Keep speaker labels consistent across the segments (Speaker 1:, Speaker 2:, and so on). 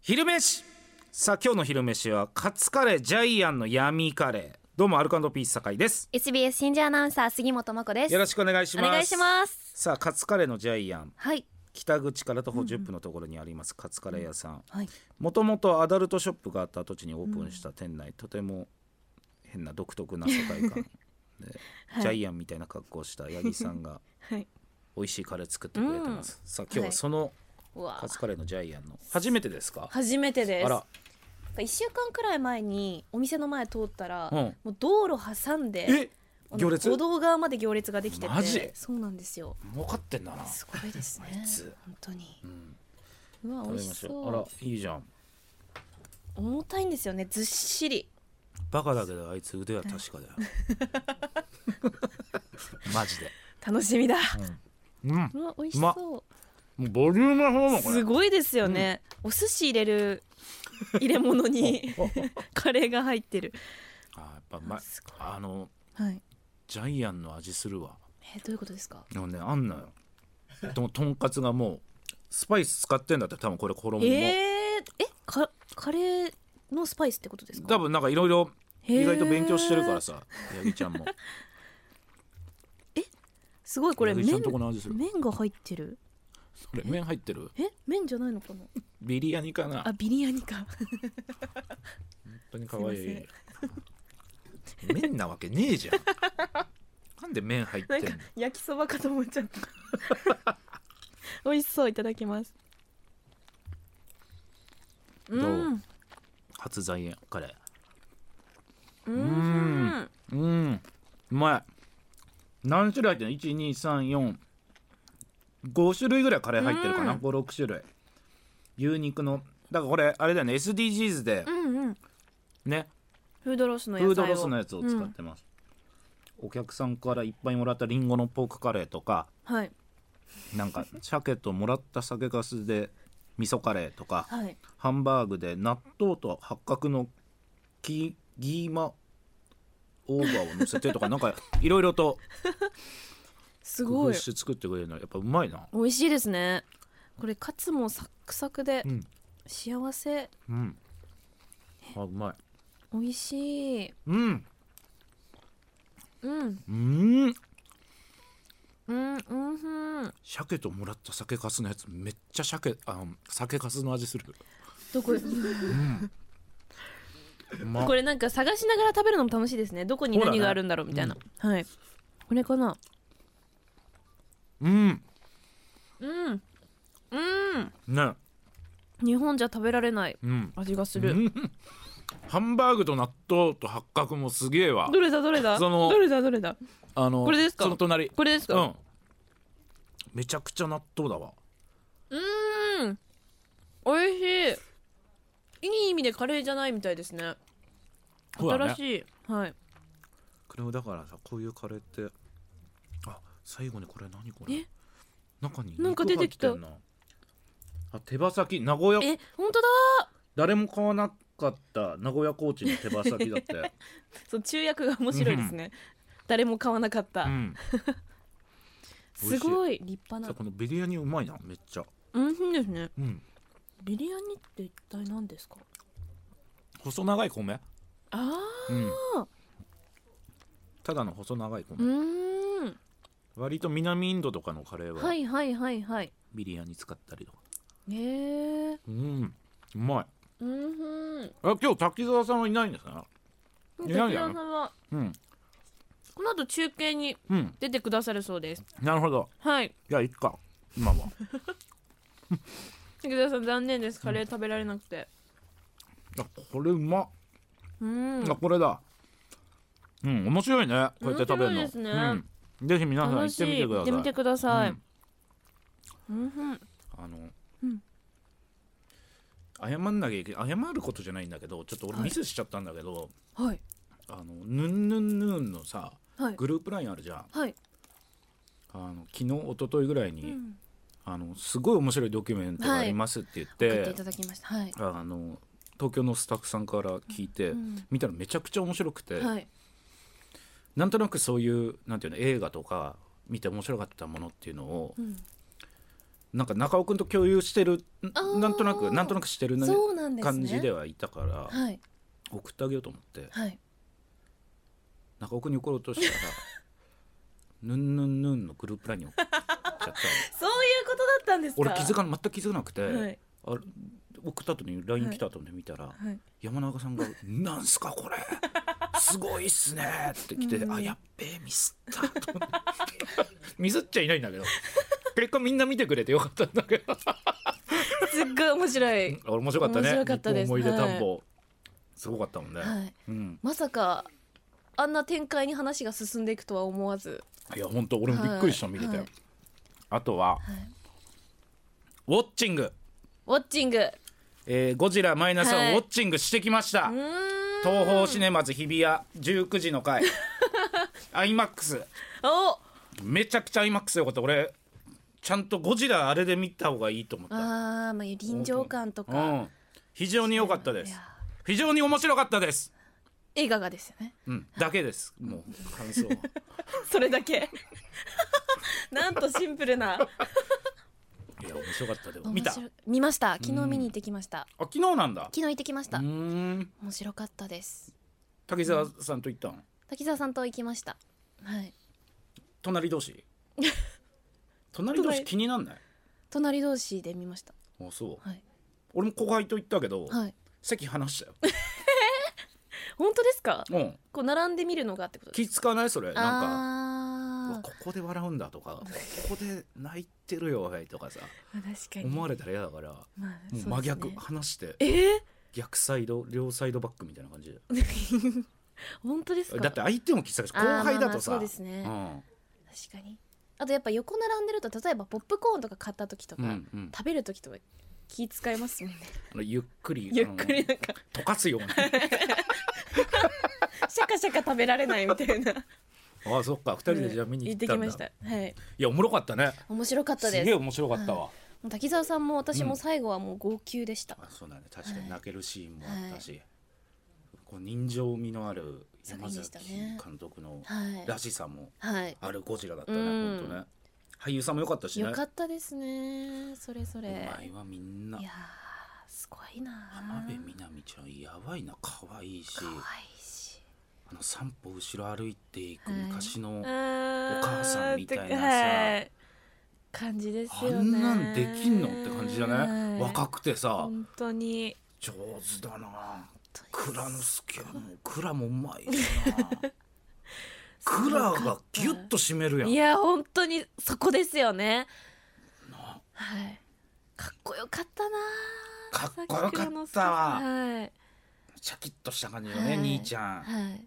Speaker 1: 昼飯さあ今日の昼飯はカツカレージャイアンの闇カレーどうもアルカンドピース酒井です
Speaker 2: SBS 新人アナウンサー杉本真子です
Speaker 1: よろしくお願いします
Speaker 2: お願いします
Speaker 1: さあカツカレーのジャイアン
Speaker 2: はい
Speaker 1: 北口から徒歩10分のところにありますカツカレー屋さん
Speaker 2: はい
Speaker 1: もともとアダルトショップがあった跡地にオープンした店内、とても変な独特な世 界観で、ジャイアンみたいな格好をした八木さんが
Speaker 2: はい
Speaker 1: 美味しいカレー作ってくれてます、さあ今日はその
Speaker 2: うわ
Speaker 1: カツカレーのジャイアンの初めてですか
Speaker 2: 初めてです
Speaker 1: あら
Speaker 2: なんか一週間くらい前にお店の前通ったら、
Speaker 1: うん
Speaker 2: もう道路挟んで
Speaker 1: え行列
Speaker 2: 歩道側まで行列ができてて
Speaker 1: マジ
Speaker 2: そうなんですよ
Speaker 1: 儲かってんだな
Speaker 2: すごいですね
Speaker 1: いつ
Speaker 2: 本当に
Speaker 1: うん
Speaker 2: うわ
Speaker 1: 食
Speaker 2: 美
Speaker 1: べ
Speaker 2: 味
Speaker 1: ま
Speaker 2: し
Speaker 1: し
Speaker 2: そ
Speaker 1: ょう
Speaker 2: う
Speaker 1: あらいいじゃん
Speaker 2: 重たいんですよねずっしり
Speaker 1: バカだけどあいつ腕は確かだよ マジで
Speaker 2: 楽しみだ
Speaker 1: うんも
Speaker 2: うわ美味しそう
Speaker 1: ボリュームな方もこれ
Speaker 2: うすごいですよね、お寿司入れる入れ 物に カレーが入ってる
Speaker 1: あやっぱ、ま
Speaker 2: す、ご
Speaker 1: あの
Speaker 2: はい
Speaker 1: ジャイアンの味するわ
Speaker 2: えどういうことですか
Speaker 1: でもねあんのよでもとんかつがもうスパイス使ってんだって多分これ衣も、
Speaker 2: えー、えかカレーのスパイスってことですか
Speaker 1: 多分なんかいろいろ
Speaker 2: へー
Speaker 1: 意外と勉強してるからさ八木ちゃんも
Speaker 2: すごいこれ
Speaker 1: 八木ちゃん
Speaker 2: 麺
Speaker 1: とこの味する
Speaker 2: 麺が入ってる
Speaker 1: これ麺入ってる
Speaker 2: え麺じゃないのかな
Speaker 1: ビリヤニかな
Speaker 2: あ
Speaker 1: 本
Speaker 2: ビリヤ ニか
Speaker 1: 当に可愛い
Speaker 2: すい
Speaker 1: 麺なわけねえじゃんなんで麺入って
Speaker 2: なん
Speaker 1: んの
Speaker 2: か焼きそばかと思っちゃった 美味しそういただきますう
Speaker 1: どうん初在園カレー
Speaker 2: うん
Speaker 1: うんうまい何種類入ってんの12345種類ぐらいカレー入ってるかな
Speaker 2: うん
Speaker 1: 56種類牛肉のだからこれあれだよね SDGs で
Speaker 2: うんうん
Speaker 1: ね、
Speaker 2: フードロスの野菜
Speaker 1: フ
Speaker 2: を
Speaker 1: ードロスのやつを使
Speaker 2: う
Speaker 1: っ
Speaker 2: ん
Speaker 1: てます、お客さんからいっぱいもらったリンゴのポークカレーとか
Speaker 2: はい
Speaker 1: なんか鮭ともらった酒粕で味噌カレーとか
Speaker 2: はい
Speaker 1: ハンバーグで納豆と八角のキギーマオーバーを乗せてとかなん かいろいろと
Speaker 2: す
Speaker 1: 工
Speaker 2: ご
Speaker 1: 夫
Speaker 2: い
Speaker 1: して作ってくれるのやっぱうまいな
Speaker 2: 美味しいですねこれカツもサックサクで
Speaker 1: うん
Speaker 2: 幸せ
Speaker 1: うんあうまい
Speaker 2: 美味しい
Speaker 1: うん
Speaker 2: うん
Speaker 1: うん
Speaker 2: うんうんふん
Speaker 1: 鮭ともらった酒粕のやつめっちゃ鮭あ酒粕の味する
Speaker 2: どこ
Speaker 1: うま
Speaker 2: これなんか探しながら食べるのも楽しいですねどこに
Speaker 1: そうだね
Speaker 2: 何があるんだろうみたいな、はいこれかな
Speaker 1: うん
Speaker 2: うんうん
Speaker 1: ね
Speaker 2: 日本じゃ食べられない
Speaker 1: うん
Speaker 2: 味がする、
Speaker 1: うんハンバーグと納豆と八角もすげえわ
Speaker 2: どれだどれだ
Speaker 1: その
Speaker 2: どれだどれだ
Speaker 1: あの
Speaker 2: これですか
Speaker 1: その隣
Speaker 2: これです
Speaker 1: う
Speaker 2: か
Speaker 1: んめちゃくちゃ納豆だわ
Speaker 2: うん美味しいいい意味でカレーじゃないみたいですね
Speaker 1: そうだね
Speaker 2: 新しい、はい
Speaker 1: これもだからさこういうカレーってあ最後にこれ何こ
Speaker 2: え
Speaker 1: れ中に
Speaker 2: なんか出てきた
Speaker 1: 肉入ってんなあ手羽先名古屋
Speaker 2: え本当だ
Speaker 1: 誰も買わなかった名古屋コーチの手羽先だって
Speaker 2: そう中薬が面白いですね、誰も買わなかった、
Speaker 1: うん
Speaker 2: すごい立派
Speaker 1: さ
Speaker 2: な
Speaker 1: このビリヤニうまいなめっちゃ
Speaker 2: うんいいですね
Speaker 1: うん
Speaker 2: ビリヤニって一体何ですか
Speaker 1: 細長い米
Speaker 2: あ
Speaker 1: うん
Speaker 2: あ
Speaker 1: ただの細長い米、
Speaker 2: うーん
Speaker 1: 割と南インドとかのカレー
Speaker 2: は
Speaker 1: はい
Speaker 2: はいはいはい
Speaker 1: ビリヤニ使ったりとか、
Speaker 2: へえ
Speaker 1: うんうまい
Speaker 2: うんふん
Speaker 1: あ今日滝沢さんはいないんですねいないん
Speaker 2: 滝
Speaker 1: じゃ
Speaker 2: 沢
Speaker 1: ない
Speaker 2: さんは
Speaker 1: うん
Speaker 2: この後中継に
Speaker 1: うん
Speaker 2: 出てくださるそうです
Speaker 1: なるほど
Speaker 2: はい
Speaker 1: じゃあいっか今は
Speaker 2: 滝沢さん残念ですカレー食べられなくて
Speaker 1: あこれうまっ
Speaker 2: うん
Speaker 1: あこれだうん面白いねこうやって食べるの
Speaker 2: 面白いですね
Speaker 1: うん、ぜひ皆さん行
Speaker 2: 楽
Speaker 1: っ
Speaker 2: しい
Speaker 1: てみてくだ
Speaker 2: 行
Speaker 1: さ
Speaker 2: って
Speaker 1: い
Speaker 2: みてくださ
Speaker 1: う
Speaker 2: い
Speaker 1: ん
Speaker 2: うんふん
Speaker 1: あの、
Speaker 2: うん
Speaker 1: 謝んなきゃいけ謝ることじゃないんだけどちょっと俺
Speaker 2: はい
Speaker 1: ミスしちゃったんだけど、
Speaker 2: はい
Speaker 1: あのヌンヌンヌンのさ
Speaker 2: はい
Speaker 1: グループラインあるじゃん
Speaker 2: はい
Speaker 1: あの昨日一昨日ぐらいに、
Speaker 2: うん
Speaker 1: あのすごい面白いドキュメントがありますって言って,、
Speaker 2: 送っていただきましたはい
Speaker 1: あの東京のスタッフさんから聞いて、
Speaker 2: うん
Speaker 1: 見たらめちゃくちゃ面白くて、
Speaker 2: はい
Speaker 1: なんとなくそういうなんていうの映画とか見て面白かったものっていうのを
Speaker 2: うん
Speaker 1: なんか中尾君と共有してる
Speaker 2: あー
Speaker 1: なんとなくなんとなくしてるね
Speaker 2: そうなんですね
Speaker 1: 感じではいたから
Speaker 2: はい
Speaker 1: 送ってあげようと思って
Speaker 2: はい
Speaker 1: 中尾君に送ろうとしたら「ぬんぬんぬん」のグループラインに送っちゃったの
Speaker 2: そういうことだったんですか
Speaker 1: 俺気づかな全く気づかなくて、
Speaker 2: はい
Speaker 1: あ送った後に LINE 来た後で見たら、
Speaker 2: はい
Speaker 1: 山中さんが「なんすかこれすごいっすね」って来て「あやっべえミスった」と思ってミスっちゃいないんだけど結果みんな見てくれてよかったんだけど
Speaker 2: すっごい面白い
Speaker 1: あ面白かったね
Speaker 2: 面白かったです
Speaker 1: 日本思い出探訪、すごかったもんね、
Speaker 2: はい
Speaker 1: うん、
Speaker 2: まさかあんな展開に話が進んでいくとは思わず
Speaker 1: いや本当俺もびっくりした、
Speaker 2: はい
Speaker 1: 見てて、
Speaker 2: はい
Speaker 1: あとは、ウォッチング、
Speaker 2: ウォッチングう
Speaker 1: えーゴジラマイナス
Speaker 2: は
Speaker 1: ワン
Speaker 2: い
Speaker 1: ウォッチングしてきました、
Speaker 2: ーん
Speaker 1: 東宝シネマズ日比谷19時の 回 IMAX
Speaker 2: お
Speaker 1: めちゃくちゃ IMAX よかった俺ちゃんとゴジラあれで見た方がいいと思った
Speaker 2: あーまあ臨場感と
Speaker 1: う
Speaker 2: か
Speaker 1: ん、非常に良かったで
Speaker 2: い
Speaker 1: す
Speaker 2: や
Speaker 1: 非常に面白かったです
Speaker 2: 映画がですよね
Speaker 1: うんだけですもう感想は
Speaker 2: それだけ なんとシンプルない
Speaker 1: や面白かったでも見た
Speaker 2: 面
Speaker 1: あ
Speaker 2: 白い見ました昨日見に行ってきました
Speaker 1: 昨日なんだ
Speaker 2: 昨日行ってきまし
Speaker 1: う
Speaker 2: た
Speaker 1: ーん
Speaker 2: 面白かったです
Speaker 1: 滝沢さんと行ったん
Speaker 2: 滝沢さんと行きましたはい
Speaker 1: 隣同 士隣同士
Speaker 2: 隣
Speaker 1: 気になんない
Speaker 2: 隣同士で見ました
Speaker 1: あそう
Speaker 2: はい
Speaker 1: 俺も後輩と行ったけど、
Speaker 2: はい
Speaker 1: 席離したよ
Speaker 2: 本当ですか
Speaker 1: うん
Speaker 2: こう並んで見るのがってことです
Speaker 1: 気使わないそれなんかうわ
Speaker 2: あ
Speaker 1: ここで笑うんだとかここで泣いてるよおいとかさ
Speaker 2: あー確かに
Speaker 1: 思われたら嫌だからも
Speaker 2: まあそ
Speaker 1: う
Speaker 2: うですね
Speaker 1: 真逆、話して
Speaker 2: え
Speaker 1: 逆サイド両サイドバックみたいな感じで
Speaker 2: ー 本当ですか
Speaker 1: だって相手も気使うし後
Speaker 2: あーまあ
Speaker 1: 輩だと
Speaker 2: ま
Speaker 1: さ
Speaker 2: あそうですね
Speaker 1: うん
Speaker 2: 確かにあとやっぱ横並んでると例えばポップコーンとか買った時とか、
Speaker 1: うんうん
Speaker 2: 食べる時とか気使いますもんね
Speaker 1: あのゆっくり
Speaker 2: ゆっくり
Speaker 1: あ
Speaker 2: なんか
Speaker 1: の溶かす ように
Speaker 2: シャカシャカ食べられないみたいな
Speaker 1: ああそっか二人でじゃあ見に行ったんだ
Speaker 2: 行ってきましたはい
Speaker 1: いやおもろかったね
Speaker 2: 面白かった
Speaker 1: す
Speaker 2: です
Speaker 1: げえ面白かったわ
Speaker 2: もう滝沢さんも私
Speaker 1: うん
Speaker 2: も最後はもう号泣でした、
Speaker 1: あそうだね確かに泣けるシーンもあったしこう人情味のある山崎
Speaker 2: 作品でしたね
Speaker 1: 監督の
Speaker 2: はい
Speaker 1: らしさも
Speaker 2: はい
Speaker 1: あるゴジラだったね
Speaker 2: うん
Speaker 1: 本当ね俳優さんも良かったしね
Speaker 2: よかったですねそれそれ
Speaker 1: お前はみんない
Speaker 2: やーすごいなー
Speaker 1: 浜辺美波ちゃんやばいな可愛いし
Speaker 2: 可愛いし
Speaker 1: あの三歩後ろ歩いていく
Speaker 2: はい
Speaker 1: 昔の、
Speaker 2: お
Speaker 1: 母さんみたいなさ
Speaker 2: 感じです
Speaker 1: あ
Speaker 2: よね
Speaker 1: んなんできんのって感じじゃない、若
Speaker 2: く
Speaker 1: くてさ
Speaker 2: 本当に
Speaker 1: 上手だな
Speaker 2: 本当に
Speaker 1: 蔵之介も蔵もうまいしな 蔵がギュッと締めるやん
Speaker 2: いや本当にそこですよね
Speaker 1: な
Speaker 2: はいかっこよかったなー
Speaker 1: かっこよかったわ
Speaker 2: はい
Speaker 1: シャキッとした感じよね、
Speaker 2: はい
Speaker 1: 兄ちゃん、
Speaker 2: はい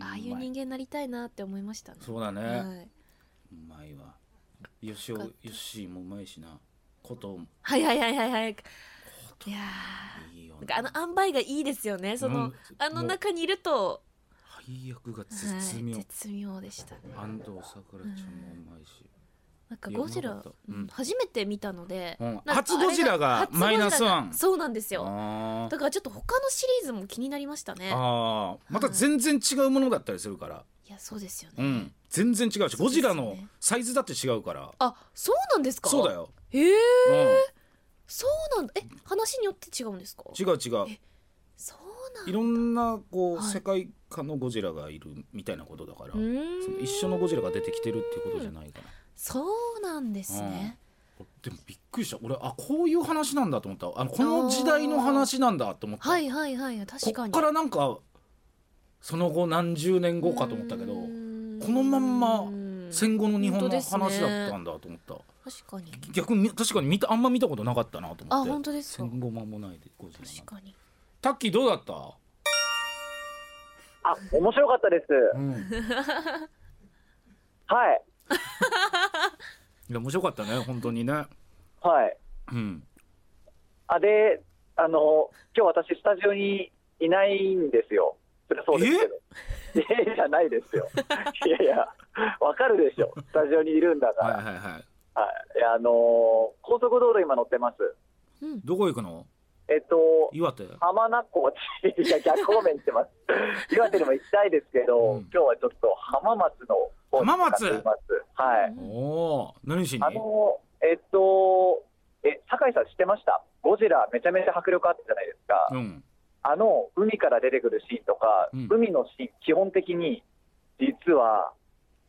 Speaker 2: ああいうう
Speaker 1: ま
Speaker 2: 人間になりたいなって思いましたね
Speaker 1: そうだね、
Speaker 2: はい、
Speaker 1: うまいわよしお
Speaker 2: かっ
Speaker 1: よ
Speaker 2: こよかっ
Speaker 1: しもうまいしなことも
Speaker 2: はいはいはいはいはいいや
Speaker 1: いいよ
Speaker 2: ーなんかあの塩梅がいいですよねその、
Speaker 1: うん
Speaker 2: あの中にいると
Speaker 1: 配役が絶妙、
Speaker 2: はい、絶妙でしたね
Speaker 1: 安藤さくらちゃんもうまいし、
Speaker 2: なんかゴジ
Speaker 1: いやうま
Speaker 2: ラ
Speaker 1: かっ、たうん
Speaker 2: 初めて見たので、
Speaker 1: うん
Speaker 2: なんか
Speaker 1: 初ゴジラが
Speaker 2: あれ初
Speaker 1: マイナスワン
Speaker 2: ゴジラがそうなんですよ
Speaker 1: あー
Speaker 2: だからちょっと他のシリーズも気になりましたね
Speaker 1: あーまた全然違うものだったりするから、
Speaker 2: いやそうですよね、
Speaker 1: うん、全然違うし
Speaker 2: そう
Speaker 1: ゴ
Speaker 2: です
Speaker 1: ジ
Speaker 2: よ
Speaker 1: ラ
Speaker 2: ね
Speaker 1: のサイズだって違うから
Speaker 2: あそうなんですか
Speaker 1: そうだよ、
Speaker 2: へえ
Speaker 1: うん、
Speaker 2: そうなんだえ話によって違うんですか
Speaker 1: 違う違う
Speaker 2: えそうなん
Speaker 1: いろんなこう、
Speaker 2: はい
Speaker 1: 世界観のゴジラがいるみたいなことだから、
Speaker 2: うーん
Speaker 1: その一緒のゴジラが出てきてるっていうことじゃないかな
Speaker 2: そうなんですね、
Speaker 1: でもびっくりした俺あこういう話なんだと思ったあのこの時代の話なんだと思った
Speaker 2: はいはいはい確か
Speaker 1: こっ
Speaker 2: に
Speaker 1: からなんかその後何十年後かと思ったけど
Speaker 2: こ
Speaker 1: このまんま戦後の日本の話だったん
Speaker 2: だ
Speaker 1: だと思った、
Speaker 2: 確かに
Speaker 1: 逆に確かに見たあんま見たことなかったなと
Speaker 2: あ
Speaker 1: 思っ
Speaker 2: 本
Speaker 1: て
Speaker 2: 当ですか
Speaker 1: 戦後間もないでゴジラなん
Speaker 2: 確
Speaker 1: て
Speaker 2: かに
Speaker 1: タッキーどうだった、
Speaker 3: あ、面白かったです。
Speaker 1: うん、い
Speaker 3: はい。
Speaker 1: や面白かったね本当にね
Speaker 3: はい。
Speaker 1: うん
Speaker 3: あ、で、あの、今日私スタジオにいないんですよ。それそうですけど。いやいや、ないですよ。 いやいや、わかるでしょ。スタジオにいるんだから。
Speaker 1: はいは
Speaker 3: は
Speaker 1: いはい
Speaker 3: い。いや、あの高速道路今乗ってます。
Speaker 2: うん
Speaker 1: どこ行くの
Speaker 3: えっと、
Speaker 1: 岩手
Speaker 3: 浜名湖、 いや、逆方面行ってます。岩手にも行きたいですけど、
Speaker 1: うん
Speaker 3: 今日はちょっと浜松の方に向かっています。はい。
Speaker 1: おお何しに
Speaker 3: あのえっと、え、酒井さん知ってましたゴジラめちゃめちゃ迫力あったじゃないですか。
Speaker 1: うん
Speaker 3: あの海から出てくるシーンとか、
Speaker 1: うん
Speaker 3: 海のシーン、基本的に実は、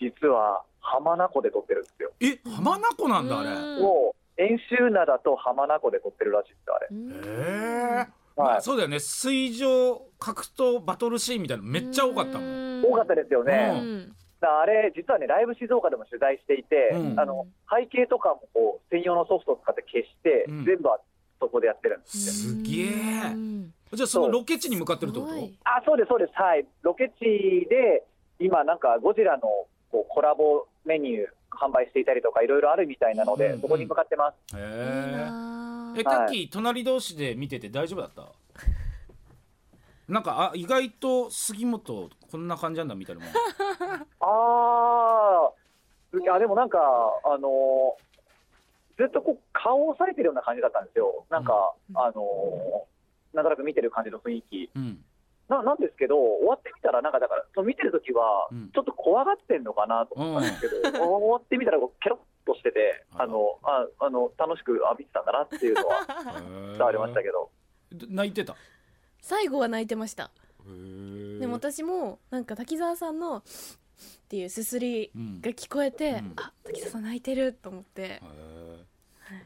Speaker 3: 実は浜名湖で撮ってるんですよ。
Speaker 1: え浜名湖なんだあれ
Speaker 4: うん
Speaker 3: もう遠州灘と浜名湖で撮ってるらしいです、あれ。
Speaker 1: へえ
Speaker 3: はい
Speaker 1: そうだよね水上格闘バトルシーンみたいなのめっちゃ多かったもん
Speaker 4: ん
Speaker 3: 多かったですよね。
Speaker 1: うん
Speaker 3: だからあれ、実はね、ライブ静岡でも取材していて、
Speaker 1: うん
Speaker 3: あの背景とかもこう専用のソフトを使って消して、
Speaker 1: うん
Speaker 3: 全部はそこでやってるんですよ。
Speaker 1: すげえ
Speaker 4: うん
Speaker 1: じゃあそのロケ地に向かってるってこと
Speaker 2: すごい
Speaker 3: あ、そうです、そうです、はい、ロケ地で、今、なんかゴジラのこうコラボメニュー、販売していたりとか、いろいろあるみたいなので、
Speaker 1: うん
Speaker 3: そこに向かってます。
Speaker 1: へ
Speaker 2: いい
Speaker 1: え
Speaker 2: な
Speaker 1: え
Speaker 2: ー
Speaker 1: タッキー隣同士で見てて大丈夫だったなんかあ意外と杉本こんな感じなんだみたいなもん
Speaker 3: あーいや、でもなんか、あのーずっとこう顔を押されてるような感じだったんですよ、なんか、
Speaker 4: うん
Speaker 3: あのーなんとなく見てる感じの雰囲気。
Speaker 1: うん
Speaker 3: ななんですけど、終わってみたら、なんかだから、その見てるときは
Speaker 1: うん、
Speaker 3: ちょっと怖がってんのかなと
Speaker 1: う
Speaker 3: 思
Speaker 1: ん
Speaker 3: ったんですけど、終わってみたら、ケロッとしてて、
Speaker 1: あら
Speaker 3: あのああの楽しく浴びてたんだなっていうのは 伝わりましたけど、
Speaker 1: ど泣いてたへ
Speaker 2: 最後は泣いてました
Speaker 1: え
Speaker 2: でも私もなんか滝沢さんのっていうすすり
Speaker 1: うん
Speaker 2: が聞こえて、
Speaker 1: うん
Speaker 2: あ滝沢さん泣いてると思って
Speaker 1: へー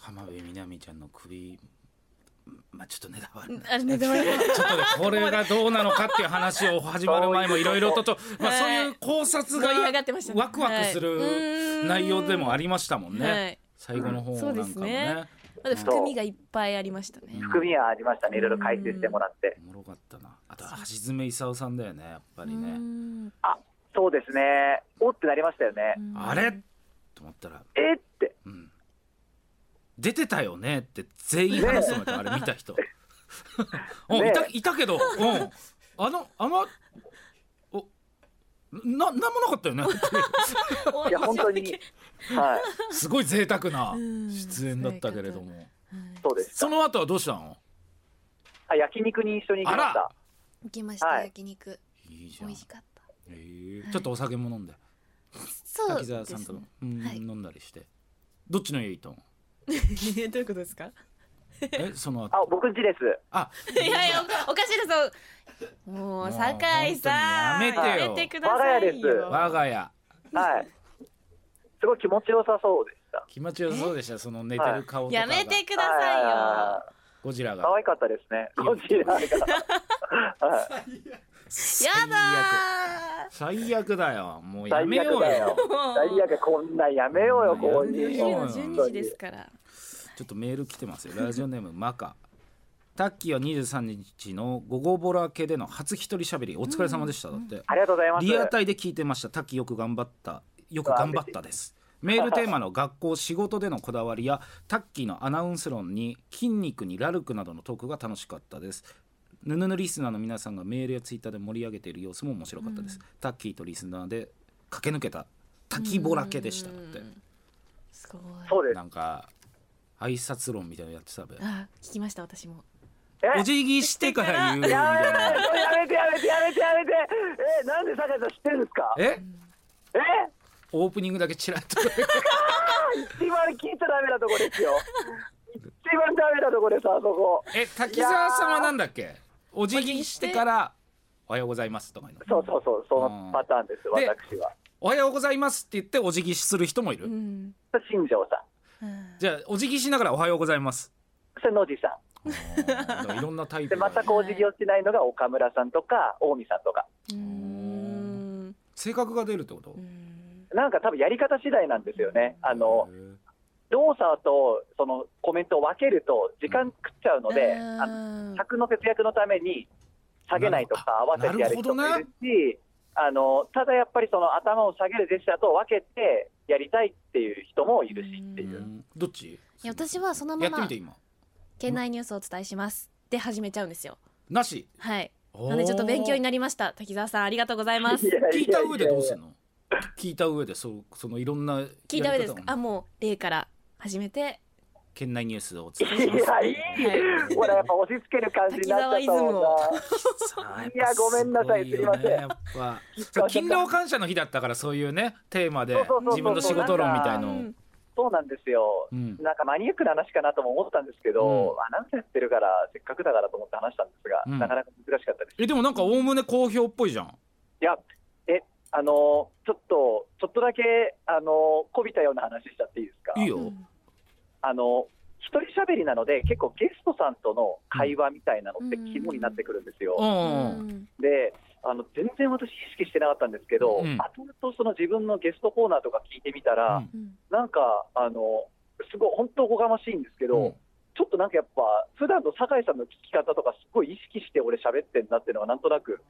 Speaker 1: 浜辺美波ちゃんの首まあちょっと値段悪いな
Speaker 2: あれねでも
Speaker 1: ちょっとねこれがどうなのかっていう話を始まる前もいろいろとと、まあ、そういう考察が
Speaker 2: 盛り上がってましたね
Speaker 1: ワクワクす
Speaker 2: は
Speaker 1: る
Speaker 2: い
Speaker 1: 内容でもありましたもんね、
Speaker 2: はい
Speaker 1: 最後の方なんか
Speaker 2: そう
Speaker 1: も
Speaker 2: です
Speaker 1: ね
Speaker 2: ねまだ含みがいっぱいありましたね
Speaker 1: うん
Speaker 3: 含みはありましたね、いろいろ解説してもらって、
Speaker 1: おもろかったなあと橋爪功さんだよねやっぱり
Speaker 2: う
Speaker 1: ね
Speaker 2: ん
Speaker 3: そうですね、おってなりましたよね、
Speaker 1: あれと思ったら、
Speaker 3: えって、
Speaker 1: うん、出てたよねって全員話してもらったあれ見た人うんいた
Speaker 3: ね
Speaker 1: いたけど、うん、あのあまおななんもなかったよね って
Speaker 3: いや、本当に、 はい、
Speaker 1: すごい贅沢な
Speaker 2: うん
Speaker 1: 出演だったけれども
Speaker 3: そうです
Speaker 1: その後はどうしたの
Speaker 3: あ焼肉に一緒に行きまし
Speaker 1: あら
Speaker 3: た。
Speaker 2: 行きました、
Speaker 3: はい
Speaker 2: 焼肉
Speaker 1: いいじ
Speaker 2: 美
Speaker 1: ゃん、
Speaker 2: 味しかった
Speaker 1: えーちょっとお酒も飲んで
Speaker 2: そう
Speaker 1: 滝
Speaker 2: です、ね
Speaker 1: 沢、さんと、うん
Speaker 2: はい
Speaker 1: 飲んだりしてどっちの家行 ったの
Speaker 4: どういうことですか
Speaker 1: えその後
Speaker 3: あ、僕んちです。
Speaker 1: あ
Speaker 2: いやいやおおかしいですも
Speaker 1: もう
Speaker 2: う酒井さん
Speaker 1: 本当にやめてよ
Speaker 2: てくださいよ
Speaker 3: 我
Speaker 1: 我が家
Speaker 3: はい。すごい気持ちよさそうでした。
Speaker 1: 気持ちよそうでしたその寝てる顔とかが
Speaker 2: やめてくださ
Speaker 3: いよ。
Speaker 1: ゴジラが
Speaker 3: 可愛かったですね。
Speaker 1: いいよ
Speaker 3: ゴジラが。はい
Speaker 2: いよやだ
Speaker 1: 最悪だよもうや
Speaker 3: 最
Speaker 1: めよ
Speaker 3: 悪
Speaker 1: う
Speaker 3: だ
Speaker 1: よ
Speaker 3: よ。最悪こんなんやめようよ、こう
Speaker 1: やめ
Speaker 3: いう
Speaker 1: よう
Speaker 2: ー
Speaker 1: よ
Speaker 3: の。
Speaker 2: の12時ですから
Speaker 1: ちょっとメール来てますよラジオネームマカタッキーは23日の午後ボラ系での初一人喋りお疲れ様でした、だって
Speaker 3: ありがとうございます。
Speaker 1: リアタイで聞いてました。タキよく頑張った。よく頑張ったです。メールテーマの学校仕事でのこだわりやタッキーのアナウンス論に筋肉にラルクなどのトークが楽しかったです。ヌヌヌリスナーの皆さんがメールやツイッターで盛り上げている様子も面白かったです。タッキーとリスナーで駆け抜けた滝ぼらけでしただって。
Speaker 2: すごい
Speaker 3: そうです
Speaker 1: な。んか挨拶論みたいなのやってたべ。
Speaker 2: あ聞きました私も
Speaker 3: え
Speaker 1: お辞儀してから言うみたい
Speaker 3: やめて
Speaker 1: な。
Speaker 3: やめてやめてやめてやめて。え、なんで酒井さん知ってるんですかえ
Speaker 1: えオープニングだけチラッと。
Speaker 3: 一番聞いちゃダメなとこですよ。一番ダメなとこです、あそこ。
Speaker 1: え滝沢さんはなんだっけお辞儀してから「おはようございます」とか言うの
Speaker 3: そうそうそう、そのパターンです、
Speaker 1: んで
Speaker 3: 私は。
Speaker 1: 「おはようございます」って言ってお辞儀する人もいる、
Speaker 2: うん
Speaker 3: 新庄さん、
Speaker 2: うん
Speaker 1: じゃあお辞儀しながら「おはようございます
Speaker 3: それ野地さん。」
Speaker 1: だからいろんなタイ
Speaker 3: で、
Speaker 1: プが
Speaker 3: またこう、事業してないのが岡村さんとか、近江さんとか。
Speaker 2: うん
Speaker 1: 性格が出るってこと、
Speaker 2: うん
Speaker 3: なんか多分やり方次第なんですよね。あの
Speaker 1: へー
Speaker 3: 動作とそのコメントを分けると時間食っちゃうので、あの
Speaker 2: あー
Speaker 3: 尺の節約のために下げないとか合わせてやる人もいるし、あのただやっぱりその頭を下げるジェスチャーと分けてやりたいっていう人もいるしっていうう。
Speaker 1: んどっち
Speaker 2: いや私はその
Speaker 1: や
Speaker 2: ま
Speaker 1: ってみて
Speaker 2: ま
Speaker 1: 今
Speaker 2: 県内ニュースをお伝えしますで始めちゃうんですよ
Speaker 1: なし
Speaker 2: はい
Speaker 1: な
Speaker 2: なのでちょっと勉強になりました滝沢さんありがとうございます
Speaker 3: や
Speaker 1: 聞いた上でどうす
Speaker 3: や
Speaker 1: るの聞いた上でそうそのいろんな
Speaker 2: 聞いた上ですか
Speaker 1: やり方
Speaker 2: あ
Speaker 1: を
Speaker 2: もう例から始めて
Speaker 1: 県内ニュースをお伝えし
Speaker 3: い
Speaker 1: ます
Speaker 3: やいい、ほらやっぱ押し付ける感じになっちゃったもんな。
Speaker 1: さあ
Speaker 3: いやごめんなさい
Speaker 1: やっぱ
Speaker 3: すいません
Speaker 1: ごいよねやっぱそう勤労感謝の日だったからそういうねテーマで
Speaker 3: そうそうそうそう
Speaker 1: 自分の仕事論みたいのを
Speaker 2: うん
Speaker 3: そうなんですよ、
Speaker 1: うん、
Speaker 3: なんかマニアックな話かなとも思ったんですけど、アナウンサーやってるから、せっかくだからと思って話したんですが、
Speaker 1: うん
Speaker 3: なかなか難しかったです。
Speaker 1: えでもなんかおおむね好評っぽいじゃん
Speaker 3: いや、え、あのちょっと、ちょっとだけ、あのこびたような話しちゃっていいですか。
Speaker 1: いいうよ
Speaker 2: ん
Speaker 3: あの一人喋りなので、結構ゲストさんとの会話みたいなのって
Speaker 2: うん
Speaker 3: 肝になってくるんですよ。
Speaker 1: うんうん
Speaker 2: うん
Speaker 3: であの全然私、意識してなかったんですけど、
Speaker 1: うん
Speaker 3: 後々その自分のゲストコーナーとか聞いてみたら、
Speaker 1: うん
Speaker 2: うん
Speaker 3: なんか、あのすごい本当おこがましいんですけど、ちょっとなんかやっぱ、普段の酒井さんの聞き方とか、すごい意識して俺、喋ってんなっていうのが、なんとなく、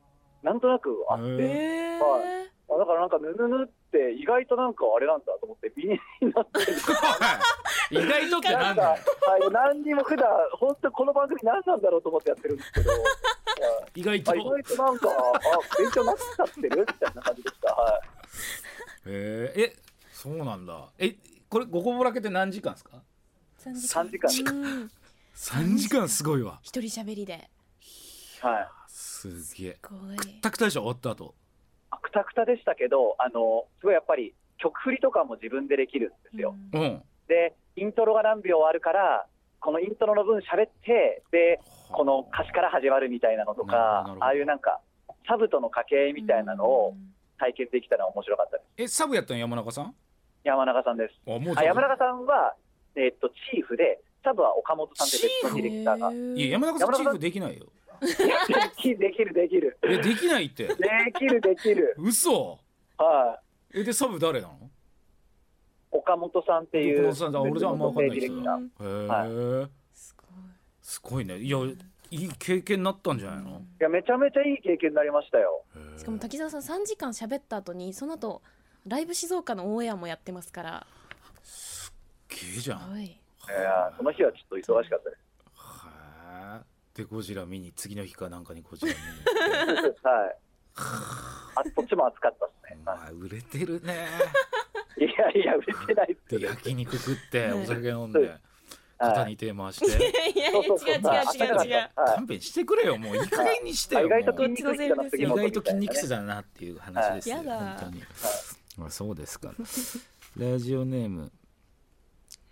Speaker 3: なんとなくあって、
Speaker 1: へ
Speaker 4: え
Speaker 3: はあだからなんか、ぬぬぬって、意外となんかあれなんだと思って、美人になってる、
Speaker 1: お い意外とってな
Speaker 3: なんん
Speaker 1: だ
Speaker 3: か
Speaker 1: よ、
Speaker 3: はい何にも普段本当、この番組、何なんだろうと思ってやってるんですけ ど、はい
Speaker 1: 意外と
Speaker 3: あ意外となんか、あ勉強になっちゃってるみたいな感じでした。はい
Speaker 1: えー、えそうなんだえこれごこぼらけて何時間ですか
Speaker 2: 三時間
Speaker 3: 3時間
Speaker 4: うん
Speaker 1: 3時間すごいわ
Speaker 2: 一人喋りで。
Speaker 3: はい、
Speaker 1: すげえ
Speaker 2: すごい。
Speaker 1: タクタでしょ終わった後
Speaker 3: あくたくたでしたけど、あのすごいやっぱり曲振りとかも自分でできるんですよ。
Speaker 2: うん
Speaker 1: うん
Speaker 3: で、イントロが何秒あるから、このイントロの分喋って、で、この歌詞から始まるみたいなのと
Speaker 1: なるほどなる
Speaker 3: か
Speaker 1: ほ、ど
Speaker 3: ああいうなんか、サブとの掛けみたいなのを体験できたのは面白かったです。
Speaker 1: えサブやったの山中さんあ
Speaker 3: 山中さんです。
Speaker 1: もうちょっと
Speaker 3: あ山中さんは、えっと、チーフで、サブは岡本さんって別のディレクターが。
Speaker 1: いや山中さんチーフできないよ
Speaker 3: できできる、できる。
Speaker 1: えできないって
Speaker 3: できる、できる。
Speaker 1: 嘘
Speaker 3: はい。
Speaker 1: えでサブ誰なの
Speaker 3: 岡本さんっていう。
Speaker 1: 岡本さんだ俺じゃあんま分かんない
Speaker 3: 別
Speaker 1: 人
Speaker 3: の
Speaker 1: だ
Speaker 3: ディレクター
Speaker 1: へえ、
Speaker 2: すごい。
Speaker 1: すごいねいやいい経験になったんじゃないの
Speaker 3: いや、めちゃめちゃいい経験になりましたよ。
Speaker 1: へえ
Speaker 2: しかも滝沢さん三時間喋った後にその後ライブ静岡のオンエアもやってますから。
Speaker 1: すげえじゃん
Speaker 2: おい。
Speaker 3: いや、その日はちょっと忙しかったで
Speaker 1: はあでゴジラ見に次の日かなんかにゴジラ見 に行って
Speaker 3: す。はい。あ、そっちも暑かったですね。
Speaker 1: お前売れてるね
Speaker 3: いやいや、売れてないっす
Speaker 1: で
Speaker 3: よ。
Speaker 1: 焼肉食って
Speaker 2: はい
Speaker 1: お酒飲んで肩に手回して
Speaker 4: いやいや
Speaker 3: そうそうそう
Speaker 4: 違う違う違う違う。
Speaker 3: はい
Speaker 1: 勘弁してくれよもういい加減にして
Speaker 3: あ
Speaker 1: よ
Speaker 3: 意外と
Speaker 1: もう
Speaker 3: 筋肉質だな
Speaker 4: こっち
Speaker 1: 意
Speaker 4: の
Speaker 1: 外と筋肉質
Speaker 3: だ。
Speaker 1: だなっていう話ですよ、
Speaker 2: はいやだ
Speaker 1: 本当に、あそうですかラジオネーム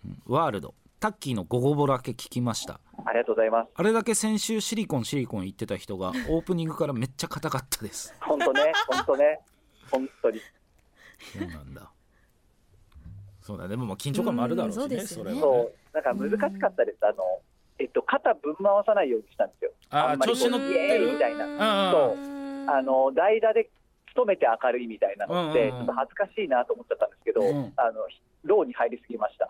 Speaker 1: うんワールドタッキーのゴゴボラけ聞きました
Speaker 3: ありがとうございます。
Speaker 1: あれだけ先週シリコンシリコン言ってた人がオープニングからめっちゃ硬かったです
Speaker 3: 本当ね、本当ね、本当に。
Speaker 1: そうなんだそうだねでもまあ緊張感もあるだろうしね
Speaker 2: うんそうですよね
Speaker 1: れはね
Speaker 3: そう、なんか難しかったです。あの、えっと、肩ぶん回さないようにしたんですよ。
Speaker 1: あ
Speaker 3: あ
Speaker 1: あ
Speaker 3: んまり
Speaker 1: 調
Speaker 3: こう
Speaker 1: 子乗って
Speaker 3: イエーイみ
Speaker 1: る
Speaker 3: たいな
Speaker 1: うん
Speaker 3: あの、代打で努めて明るいみたいなのっ
Speaker 1: うんう
Speaker 3: て、
Speaker 1: ん
Speaker 3: ち
Speaker 1: うん
Speaker 3: ょっと恥ずかしいなと思っちゃったんですけど、
Speaker 1: うん
Speaker 3: あの、ローに入りすぎました。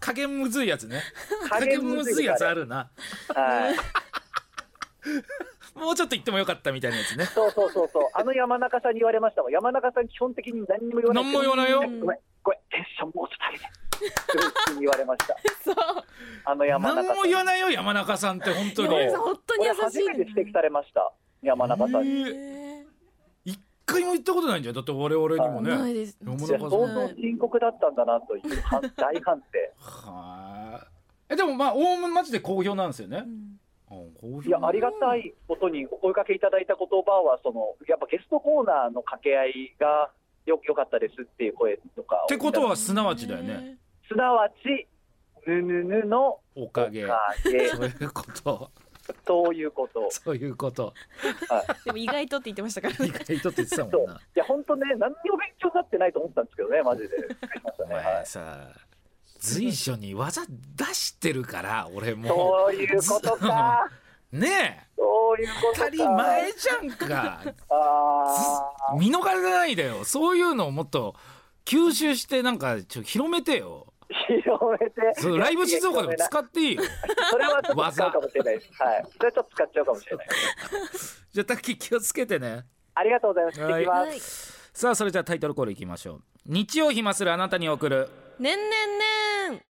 Speaker 1: 加減むずいやつね加減むずいやつあるな
Speaker 3: はい。
Speaker 1: もうちょっと言ってもよかったみたいなやつね
Speaker 3: そうそうそう そう。あの山中さんに言われましたもん。山中さん基本的に何にも言わない。
Speaker 1: 何も言わないよ
Speaker 3: ごめん、ごめん、テンションもうちょっと上げて。すごい普通に言われました。
Speaker 2: そう。
Speaker 3: あの山中
Speaker 1: 何
Speaker 3: さん。
Speaker 1: も言わないよ山中さんって本当に
Speaker 2: 山中さん本当に
Speaker 3: 俺
Speaker 2: 優
Speaker 3: 初
Speaker 2: しい
Speaker 3: めて指摘されました。山中さんに。
Speaker 1: えー一回も言ったことないんじゃんだって我々にもね
Speaker 2: ないです。
Speaker 1: 山
Speaker 3: いや
Speaker 1: 中
Speaker 3: 相
Speaker 1: さん
Speaker 3: 当深刻だったんだなという反大判定。
Speaker 1: はあえでもまあおおむねマジで好評なんですよね
Speaker 2: う、ん
Speaker 1: うん好評
Speaker 3: いや、ありがたいことにお声掛けいただいた言葉は、その、やっぱゲストコーナーの掛け合いがよ、良かったですっていう声とかを。
Speaker 1: ってことはすなわちだよね。
Speaker 3: すなわち、ぬぬぬの
Speaker 1: お
Speaker 3: お
Speaker 1: か
Speaker 3: か
Speaker 1: げ
Speaker 3: げ。
Speaker 1: そういうこと
Speaker 3: そ
Speaker 1: そう
Speaker 3: ういうこと。
Speaker 1: いうこと
Speaker 2: でも意外とって言ってましたから
Speaker 1: 意
Speaker 2: ね。
Speaker 1: 外とって言ってた
Speaker 3: そ
Speaker 1: も
Speaker 3: うん
Speaker 1: ない
Speaker 3: や本当ね何にも勉強になってないと思ったんですけどねマジで。
Speaker 1: お前さ随所に技出してるから俺も
Speaker 3: そういうことか。
Speaker 1: ねえ
Speaker 3: そういうことか。
Speaker 1: 当たり前じゃんか
Speaker 3: ああ。
Speaker 1: 見逃さないでよそういうのをもっと吸収してなんかちょっと広めてよ
Speaker 3: 広めて。
Speaker 1: そうライブ静岡でも
Speaker 3: いや
Speaker 1: 使っていいよ
Speaker 3: それはちょっと使うかもしれないです。はい。それはちょっと使っちゃうかもしれない。
Speaker 1: じゃあタッキー気をつけてね
Speaker 3: ありがとうございます。行ってきま
Speaker 2: はい
Speaker 3: す。
Speaker 1: さあそれじゃあタイトルコールいきましょう日曜暇するあなたに送る
Speaker 4: ねんねんねん